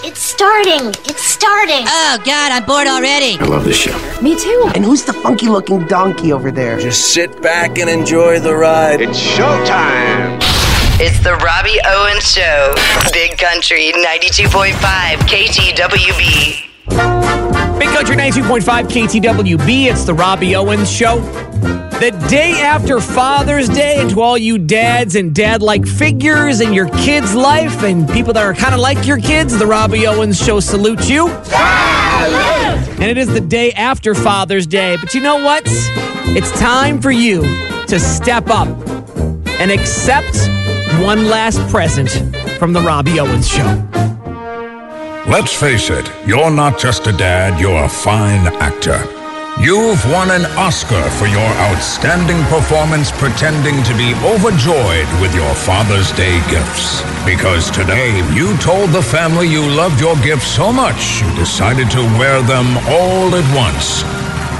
It's starting. It's starting. Oh, God, I'm bored already. I love this show. Me too. And who's the funky looking donkey over there? Just sit back and enjoy the ride. It's showtime. It's the Robbie Owens Show. Big Country 92.5 KTWB. Big Country 92.5 KTWB. It's the Robbie Owens Show. The day after Father's Day, and to all you dads and dad like figures in your kids' life and people that are kind of like your kids, the Robbie Owens Show salutes you. And it is the day after Father's Day, but you know what? It's time for you to step up and accept one last present from the Robbie Owens Show. Let's face it, you're not just a dad, you're a fine actor. You've won an Oscar for your outstanding performance pretending to be overjoyed with your Father's Day gifts. Because today you told the family you loved your gifts so much you decided to wear them all at once.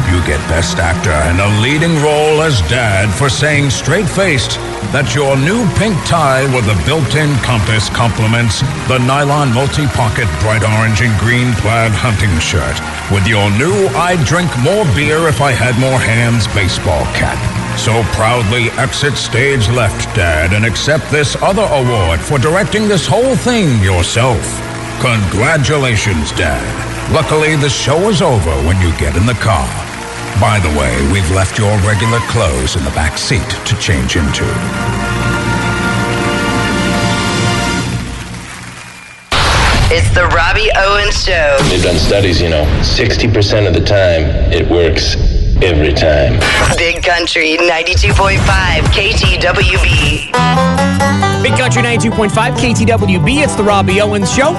You get Best Actor and a leading role as Dad for saying straight faced that your new pink tie with a built in compass complements the nylon multi pocket bright orange and green plaid hunting shirt with your new I'd drink more beer if I had more hands baseball cap. So proudly exit stage left, Dad, and accept this other award for directing this whole thing yourself. Congratulations, Dad. Luckily, the show is over when you get in the car. By the way, we've left your regular clothes in the back seat to change into. It's the Robbie Owens Show. They've done studies, you know, 60% of the time it works every time. Big Country 92.5 KTWB. Big Country 92.5 KTWB. It's the Robbie Owens Show.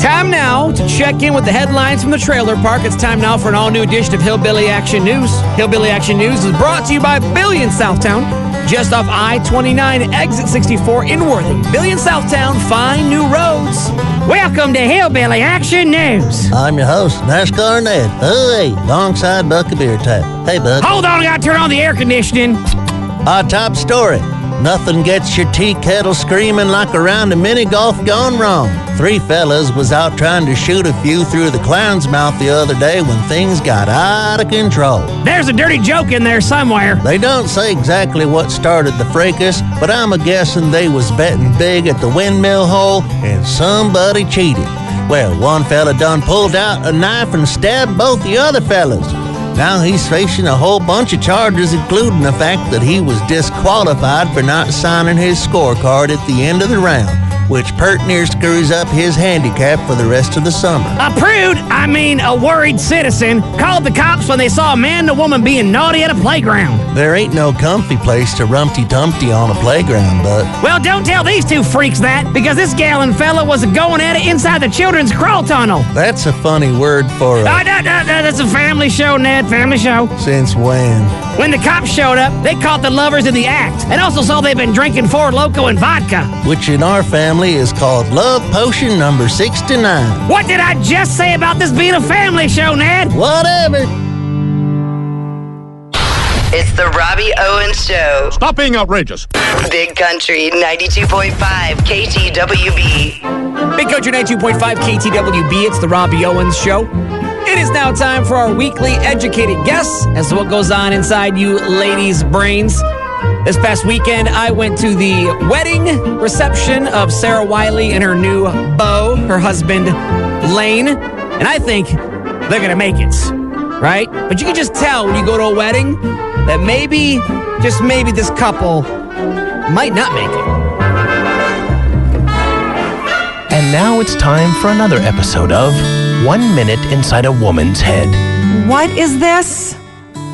Time now to check in with the headlines from the trailer park. It's time now for an all new edition of Hillbilly Action News. Hillbilly Action News is brought to you by Billion Southtown, just off I 29, exit 64 in Worthing. Billion Southtown, find new roads. Welcome to Hillbilly Action News. I'm your host, NASCAR Ned. Hey, alongside Buck a beer tap. Hey, Uh, Buck. Hold on, I gotta turn on the air conditioning. Our top story. Nothing gets your tea kettle screaming like a round of mini golf gone wrong. Three fellas was out trying to shoot a few through the clown's mouth the other day when things got out of control. There's a dirty joke in there somewhere. They don't say exactly what started the fracas, but I'm a guessing they was betting big at the windmill hole and somebody cheated. Well, one fella done pulled out a knife and stabbed both the other fellas. Now he's facing a whole bunch of charges, including the fact that he was disqualified for not signing his scorecard at the end of the round, which pert near screws up his handicap for the rest of the summer. A prude, I mean a worried citizen, called the cops when they saw a man and a woman being naughty at a playground. There ain't no comfy place to rumpty dumpty on a playground, but. Well, don't tell these two freaks that, because this gal and fella was going at it inside the children's crawl tunnel. That's a funny word for a. Uh, that, that, that's a family show, Ned family show. Since when? When the cops showed up, they caught the lovers in the act and also saw they've been drinking Four Loco and vodka. Which in our family is called Love Potion number 69. What did I just say about this being a family show, Ned? Whatever. It's the Robbie Owens Show. Stop being outrageous. Big Country 92.5 KTWB. Big Country 92.5 KTWB. It's the Robbie Owens Show. It is now time for our weekly educated guess as to what goes on inside you ladies' brains. This past weekend, I went to the wedding reception of Sarah Wiley and her new beau, her husband Lane, and I think they're gonna make it, right? But you can just tell when you go to a wedding that maybe, just maybe, this couple might not make it. And now it's time for another episode of one minute inside a woman's head. What is this?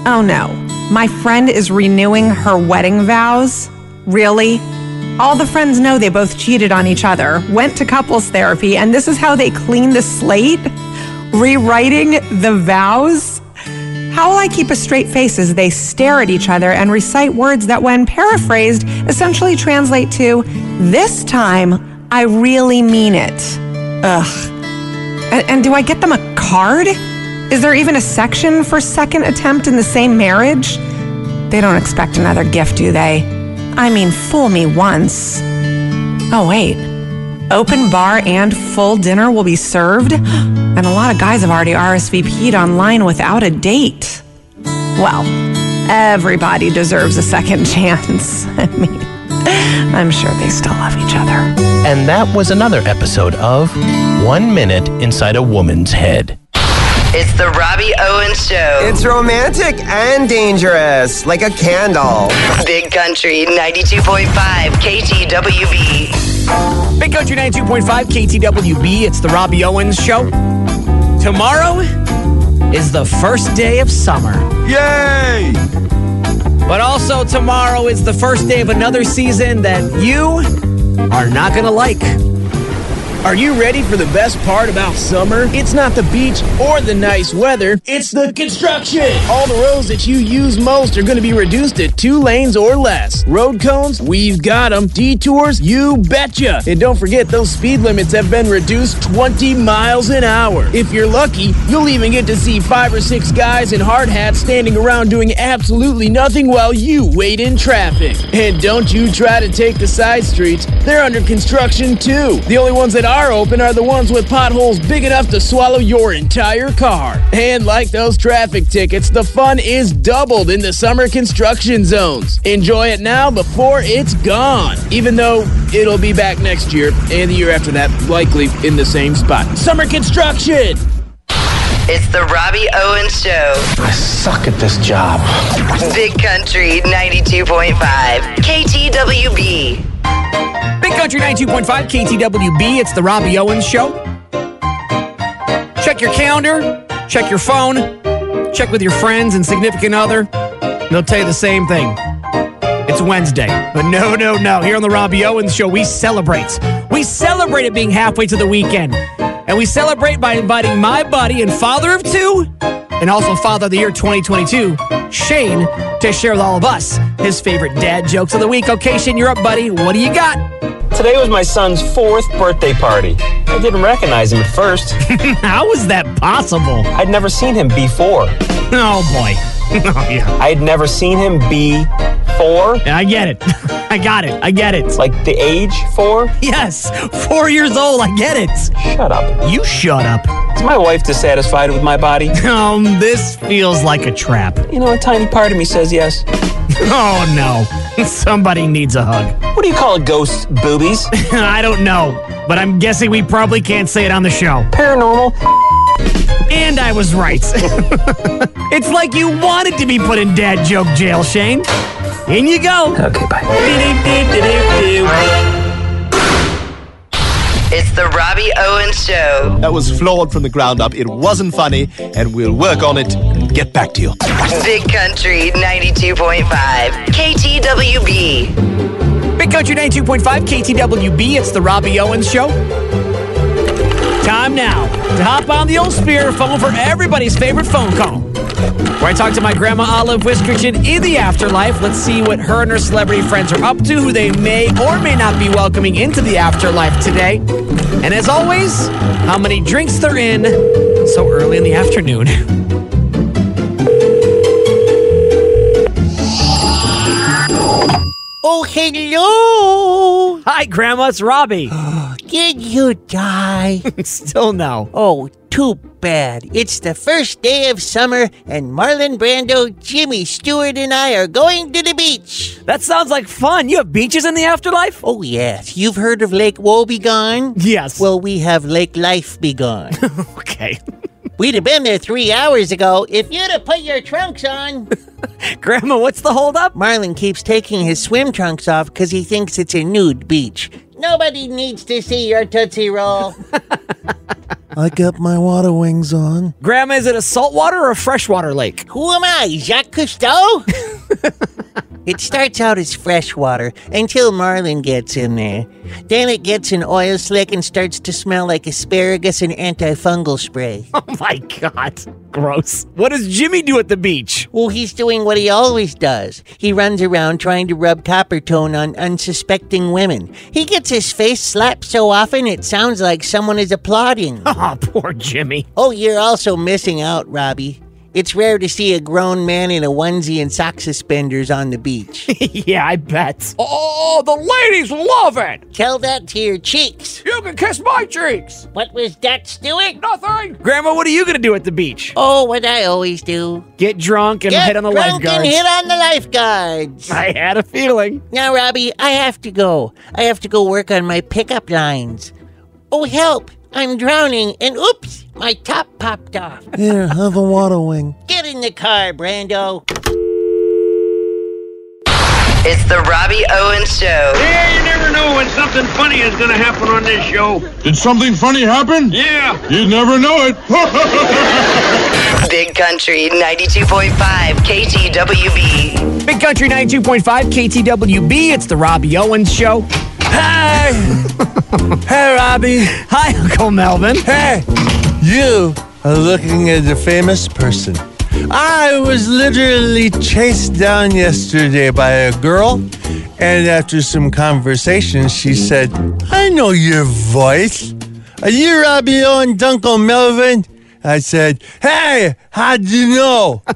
Oh no. My friend is renewing her wedding vows? Really? All the friends know they both cheated on each other, went to couples therapy, and this is how they clean the slate? Rewriting the vows? How will I keep a straight face as they stare at each other and recite words that, when paraphrased, essentially translate to, This time, I really mean it? Ugh. And, and, do I get them a card? Is there even a section for second attempt in the same marriage? They don't expect another gift, do they? I mean, fool me once. Oh, wait. Open bar and full dinner will be served. And a lot of guys have already RSVP'd online without a date. Well, everybody deserves a second chance. I mean, I'm sure they still love each other. And that was another episode of One Minute Inside a Woman's Head. It's the Robbie Owens Show. It's romantic and dangerous, like a candle. Big Country 92.5 KTWB. Big Country 92.5 KTWB. It's the Robbie Owens Show. Tomorrow is the first day of summer. Yay! But also, tomorrow is the first day of another season that you are not going to like. Are you ready for the best part about summer? It's not the beach or the nice weather, it's the construction! All the roads that you use most are going to be reduced to two lanes or less. Road cones, we've got them. Detours, you betcha! And don't forget, those speed limits have been reduced 20 miles an hour. If you're lucky, you'll even get to see five or six guys in hard hats standing around doing absolutely nothing while you wait in traffic. And don't you try to take the side streets, they're under construction too. The only ones that are open are the ones with potholes big enough to swallow your entire car. And like those traffic tickets, the fun is doubled in the summer construction zones. Enjoy it now before it's gone. Even though it'll be back next year and the year after that, likely in the same spot. Summer construction! It's the Robbie Owens Show. I suck at this job. Big Country 92.5 KTWB. Big Country 92.5 KTWB. It's the Robbie Owens Show. Check your calendar, check your phone, check with your friends and significant other. and They'll tell you the same thing. It's Wednesday. But no, no, no. Here on the Robbie Owens Show, we celebrate. We celebrate it being halfway to the weekend. And we celebrate by inviting my buddy and father of two, and also father of the year 2022, Shane, to share with all of us his favorite dad jokes of the week. Okay, Shane, you're up, buddy. What do you got? Today was my son's fourth birthday party. I didn't recognize him at first. How is that possible? I'd never seen him before. Oh boy. Oh yeah. I'd never seen him before. I get it. I got it. I get it. Like the age four? Yes, four years old. I get it. Shut up. You shut up. Is my wife dissatisfied with my body? Um, this feels like a trap. You know, a tiny part of me says yes. Oh no. Somebody needs a hug. What do you call a ghost? Boobies? I don't know, but I'm guessing we probably can't say it on the show. Paranormal? And I was right. it's like you wanted to be put in dad joke jail, Shane. In you go. Okay, bye. It's the Robbie Owens Show. That was flawed from the ground up. It wasn't funny, and we'll work on it and get back to you. Big Country 92.5 KTWB. Big Country 92.5 KTWB. It's the Robbie Owens Show. Time now to hop on the old spear phone for everybody's favorite phone call. Where I talk to my grandma Olive Whiskerchin in the afterlife. Let's see what her and her celebrity friends are up to, who they may or may not be welcoming into the afterlife today. And as always, how many drinks they're in so early in the afternoon. Oh, hello! Hi, Grandma, it's Robbie. Did you die? Still no. Oh, too bad. It's the first day of summer, and Marlon Brando, Jimmy Stewart, and I are going to the beach. That sounds like fun. You have beaches in the afterlife? Oh, yes. You've heard of Lake Woebegone? Yes. Well, we have Lake Life Begone. Okay. We'd have been there three hours ago if you'd have put your trunks on. Grandma, what's the holdup? Marlon keeps taking his swim trunks off because he thinks it's a nude beach. Nobody needs to see your Tootsie Roll. I got my water wings on. Grandma, is it a saltwater or a freshwater lake? Who am I, Jacques Cousteau? it starts out as freshwater until Marlin gets in there. Then it gets an oil slick and starts to smell like asparagus and antifungal spray. Oh my god. Gross. What does Jimmy do at the beach? well, he's doing what he always does. He runs around trying to rub copper tone on unsuspecting women. He gets his face slapped so often it sounds like someone is applauding. Oh, poor Jimmy. Oh, you're also missing out, Robbie. It's rare to see a grown man in a onesie and sock suspenders on the beach. yeah, I bet. Oh, the ladies love it. Tell that to your cheeks. You can kiss my cheeks. What was that, Stuart? Nothing. Grandma, what are you going to do at the beach? Oh, what I always do. Get drunk and Get hit on the drunk lifeguards. and hit on the lifeguards. I had a feeling. Now, Robbie, I have to go. I have to go work on my pickup lines. Oh, help! I'm drowning, and oops, my top popped off. Here, have a water wing. Get in the car, Brando. It's the Robbie Owens Show. Yeah, you never know when something funny is going to happen on this show. Did something funny happen? Yeah. You'd never know it. Big Country 92.5 KTWB. Big Country 92.5 KTWB. It's the Robbie Owens Show. Hey! hey, Robbie. Hi, Uncle Melvin. Hey, you are looking at a famous person. I was literally chased down yesterday by a girl, and after some conversation, she said, I know your voice. Are you Robbie Owen Dunkel Melvin? I said, Hey, how'd you know?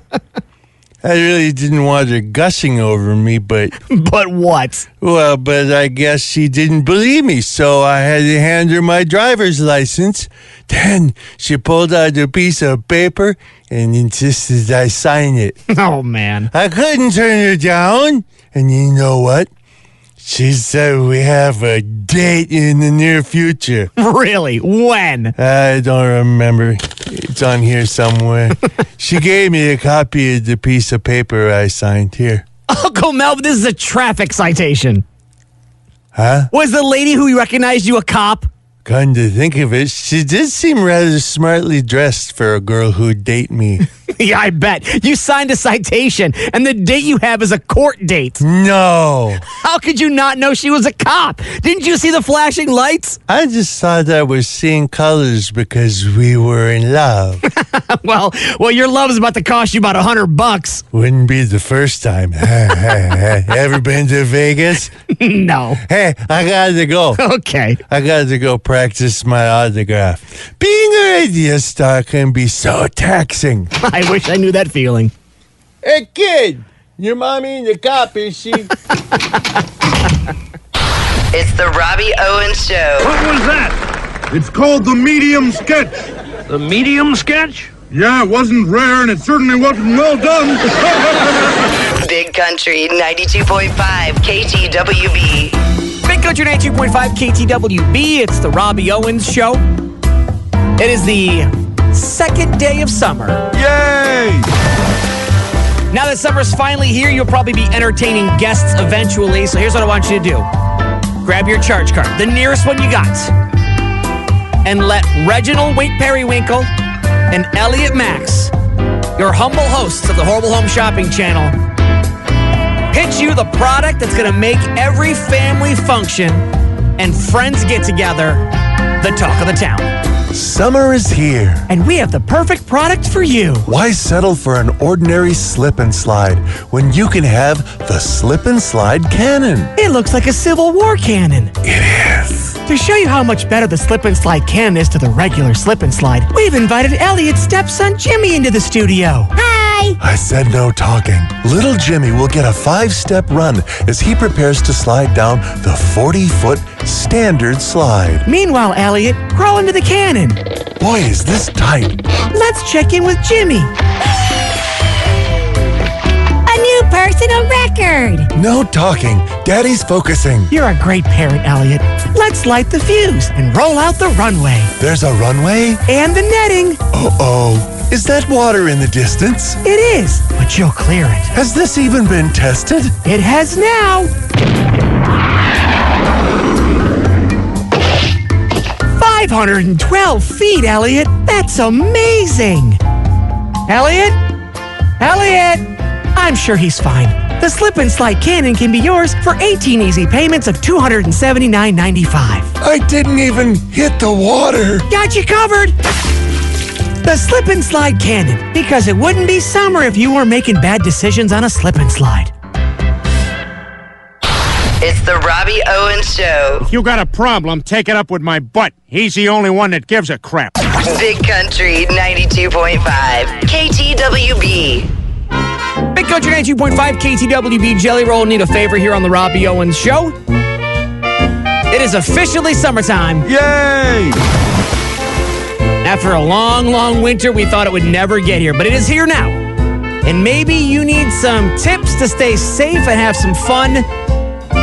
I really didn't want her gushing over me, but. But what? Well, but I guess she didn't believe me, so I had to hand her my driver's license. Then she pulled out a piece of paper and insisted I sign it. Oh, man. I couldn't turn her down. And you know what? She said we have a date in the near future. Really? When? I don't remember. It's on here somewhere. she gave me a copy of the piece of paper I signed here. Uncle Melvin, this is a traffic citation. Huh? Was the lady who recognized you a cop? Come to think of it, she did seem rather smartly dressed for a girl who'd date me. yeah, I bet. You signed a citation, and the date you have is a court date. No. How could you not know she was a cop? Didn't you see the flashing lights? I just thought I was seeing colors because we were in love. well, well, your love is about to cost you about a hundred bucks. Wouldn't be the first time. Ever been to Vegas? no. Hey, I gotta go. Okay. I gotta go practice my autograph. Being a radio star can be so taxing. I wish I knew that feeling. Hey, kid, your mommy in the copy, she. It's the Robbie Owens Show. What was that? It's called the medium sketch. The medium sketch? Yeah, it wasn't rare and it certainly wasn't well done. Big Country 92.5 KTWB. Big Country 92.5 KTWB. It's the Robbie Owens Show. It is the second day of summer. Yay! Now that summer's finally here, you'll probably be entertaining guests eventually. So here's what I want you to do grab your charge card, the nearest one you got, and let Reginald Wait Periwinkle and Elliot Max, your humble hosts of the Horrible Home Shopping Channel, pitch you the product that's going to make every family function and friends get together the talk of the town. Summer is here. And we have the perfect product for you. Why settle for an ordinary slip and slide when you can have the slip and slide cannon? It looks like a Civil War cannon. It is. To show you how much better the slip and slide cannon is to the regular slip and slide, we've invited Elliot's stepson Jimmy into the studio. Hi. I said no talking. Little Jimmy will get a five step run as he prepares to slide down the 40 foot standard slide. Meanwhile, Elliot, crawl into the cannon. Boy, is this tight. Let's check in with Jimmy. A new personal record. No talking. Daddy's focusing. You're a great parent, Elliot. Let's light the fuse and roll out the runway. There's a runway? And the netting. Uh oh. Is that water in the distance? It is, but you'll clear it. Has this even been tested? It has now. Five hundred and twelve feet, Elliot. That's amazing. Elliot? Elliot! I'm sure he's fine. The slip and slide cannon can be yours for 18 easy payments of $279.95. I didn't even hit the water. Got you covered! The slip and slide cannon, because it wouldn't be summer if you were making bad decisions on a slip and slide. It's the Robbie Owens Show. If you got a problem, take it up with my butt. He's the only one that gives a crap. Big Country 92.5. KTWB. Big Country 92.5 KTWB Jelly Roll need a favor here on the Robbie Owens Show. It is officially summertime. Yay! After a long, long winter, we thought it would never get here, but it is here now. And maybe you need some tips to stay safe and have some fun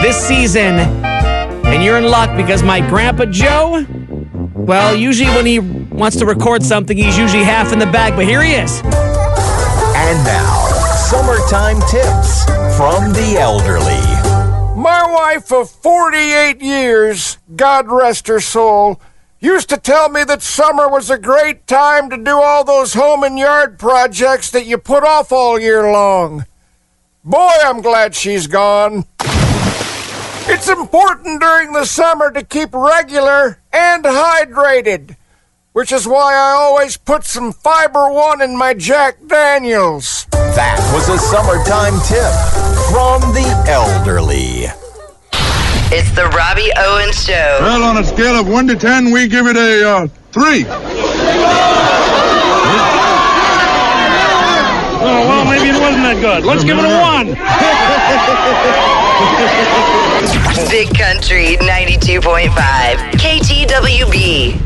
this season. And you're in luck because my grandpa Joe, well, usually when he wants to record something, he's usually half in the bag, but here he is. And now, summertime tips from the elderly. My wife of 48 years, God rest her soul, used to tell me that summer was a great time to do all those home and yard projects that you put off all year long. Boy, I'm glad she's gone. It's important during the summer to keep regular and hydrated, which is why I always put some Fiber One in my Jack Daniels. That was a summertime tip from the elderly. It's the Robbie Owens Show. Well, on a scale of one to ten, we give it a uh, three. Oh, well, maybe it wasn't that good. Let's give it a one. Big Country 92.5. KTWB.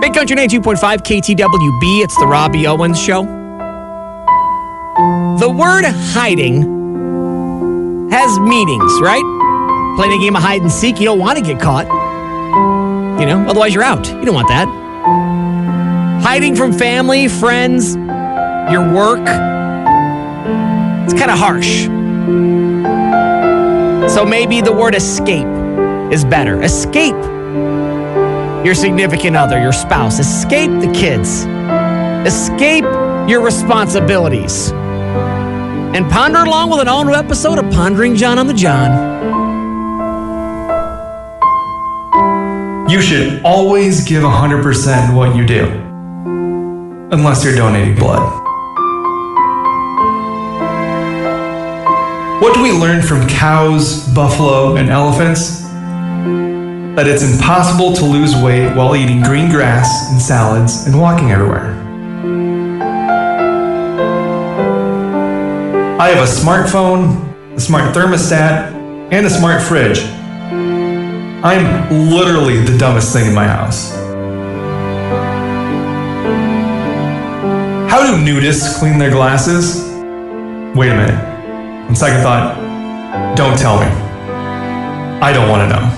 Big Country 92.5 KTWB, it's the Robbie Owens Show. The word hiding has meanings, right? Playing a game of hide and seek, you don't want to get caught. You know, otherwise you're out. You don't want that. Hiding from family, friends, your work. It's kind of harsh. So maybe the word escape is better. Escape your significant other, your spouse. Escape the kids. Escape your responsibilities. And ponder along with an all new episode of Pondering John on the John. You should always give 100% in what you do, unless you're donating blood. What do we learn from cows, buffalo, and elephants? That it's impossible to lose weight while eating green grass and salads and walking everywhere. I have a smartphone, a smart thermostat, and a smart fridge. I'm literally the dumbest thing in my house. How do nudists clean their glasses? Wait a minute. On second thought, don't tell me. I don't want to know.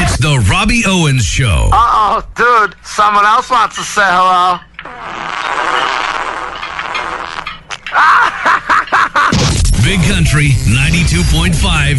It's the Robbie Owens Show. Uh oh, dude, someone else wants to say hello. Big Country 92.5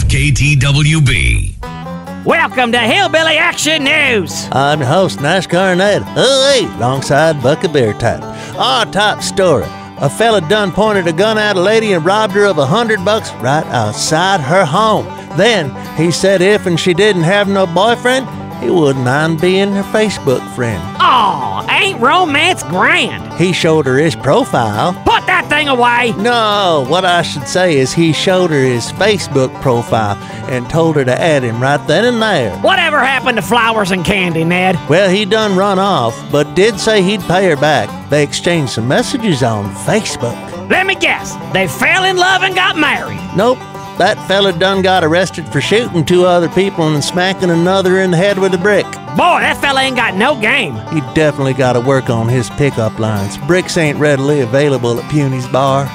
KTWB. Welcome to Hillbilly Action News. I'm your host, NASCAR Ned. Oh, hey, alongside Buckabear Type. Our top story. A fella done pointed a gun at a lady and robbed her of a hundred bucks right outside her home. Then he said if and she didn't have no boyfriend, he wouldn't mind being her Facebook friend. Oh, ain't romance grand? He showed her his profile. Put that thing away. No, what I should say is he showed her his Facebook profile and told her to add him right then and there. Whatever happened to flowers and candy, Ned? Well, he done run off, but did say he'd pay her back. They exchanged some messages on Facebook. Let me guess. They fell in love and got married. Nope. That fella done got arrested for shooting two other people and smacking another in the head with a brick. Boy, that fella ain't got no game. He definitely got to work on his pickup lines. Bricks ain't readily available at Puny's bar.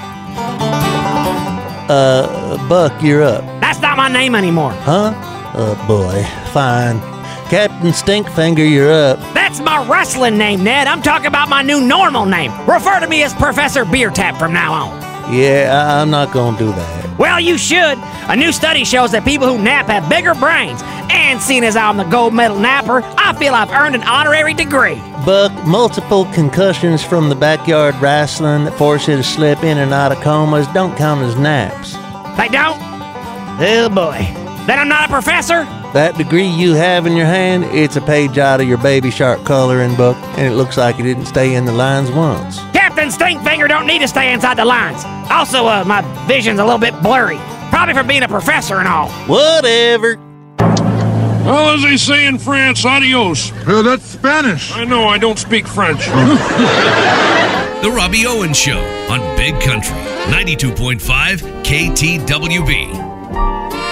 Uh, Buck, you're up. That's not my name anymore. Huh? Oh boy, fine. Captain Stinkfinger, you're up. That's my wrestling name, Ned. I'm talking about my new normal name. Refer to me as Professor Beer Tap from now on. Yeah, I- I'm not gonna do that. Well, you should. A new study shows that people who nap have bigger brains. And seeing as I'm the gold medal napper, I feel I've earned an honorary degree. Buck, multiple concussions from the backyard wrestling that force you to slip in and out of comas don't count as naps. They don't? Oh boy. Then I'm not a professor? That degree you have in your hand, it's a page out of your baby shark coloring book, and it looks like you didn't stay in the lines once. Captain Stinkfinger don't need to stay inside the lines. Also, uh, my vision's a little bit blurry. Probably from being a professor and all. Whatever. Well, as they say in France, adios. Well, that's Spanish. I know, I don't speak French. The Robbie Owens Show on Big Country 92.5 KTWB.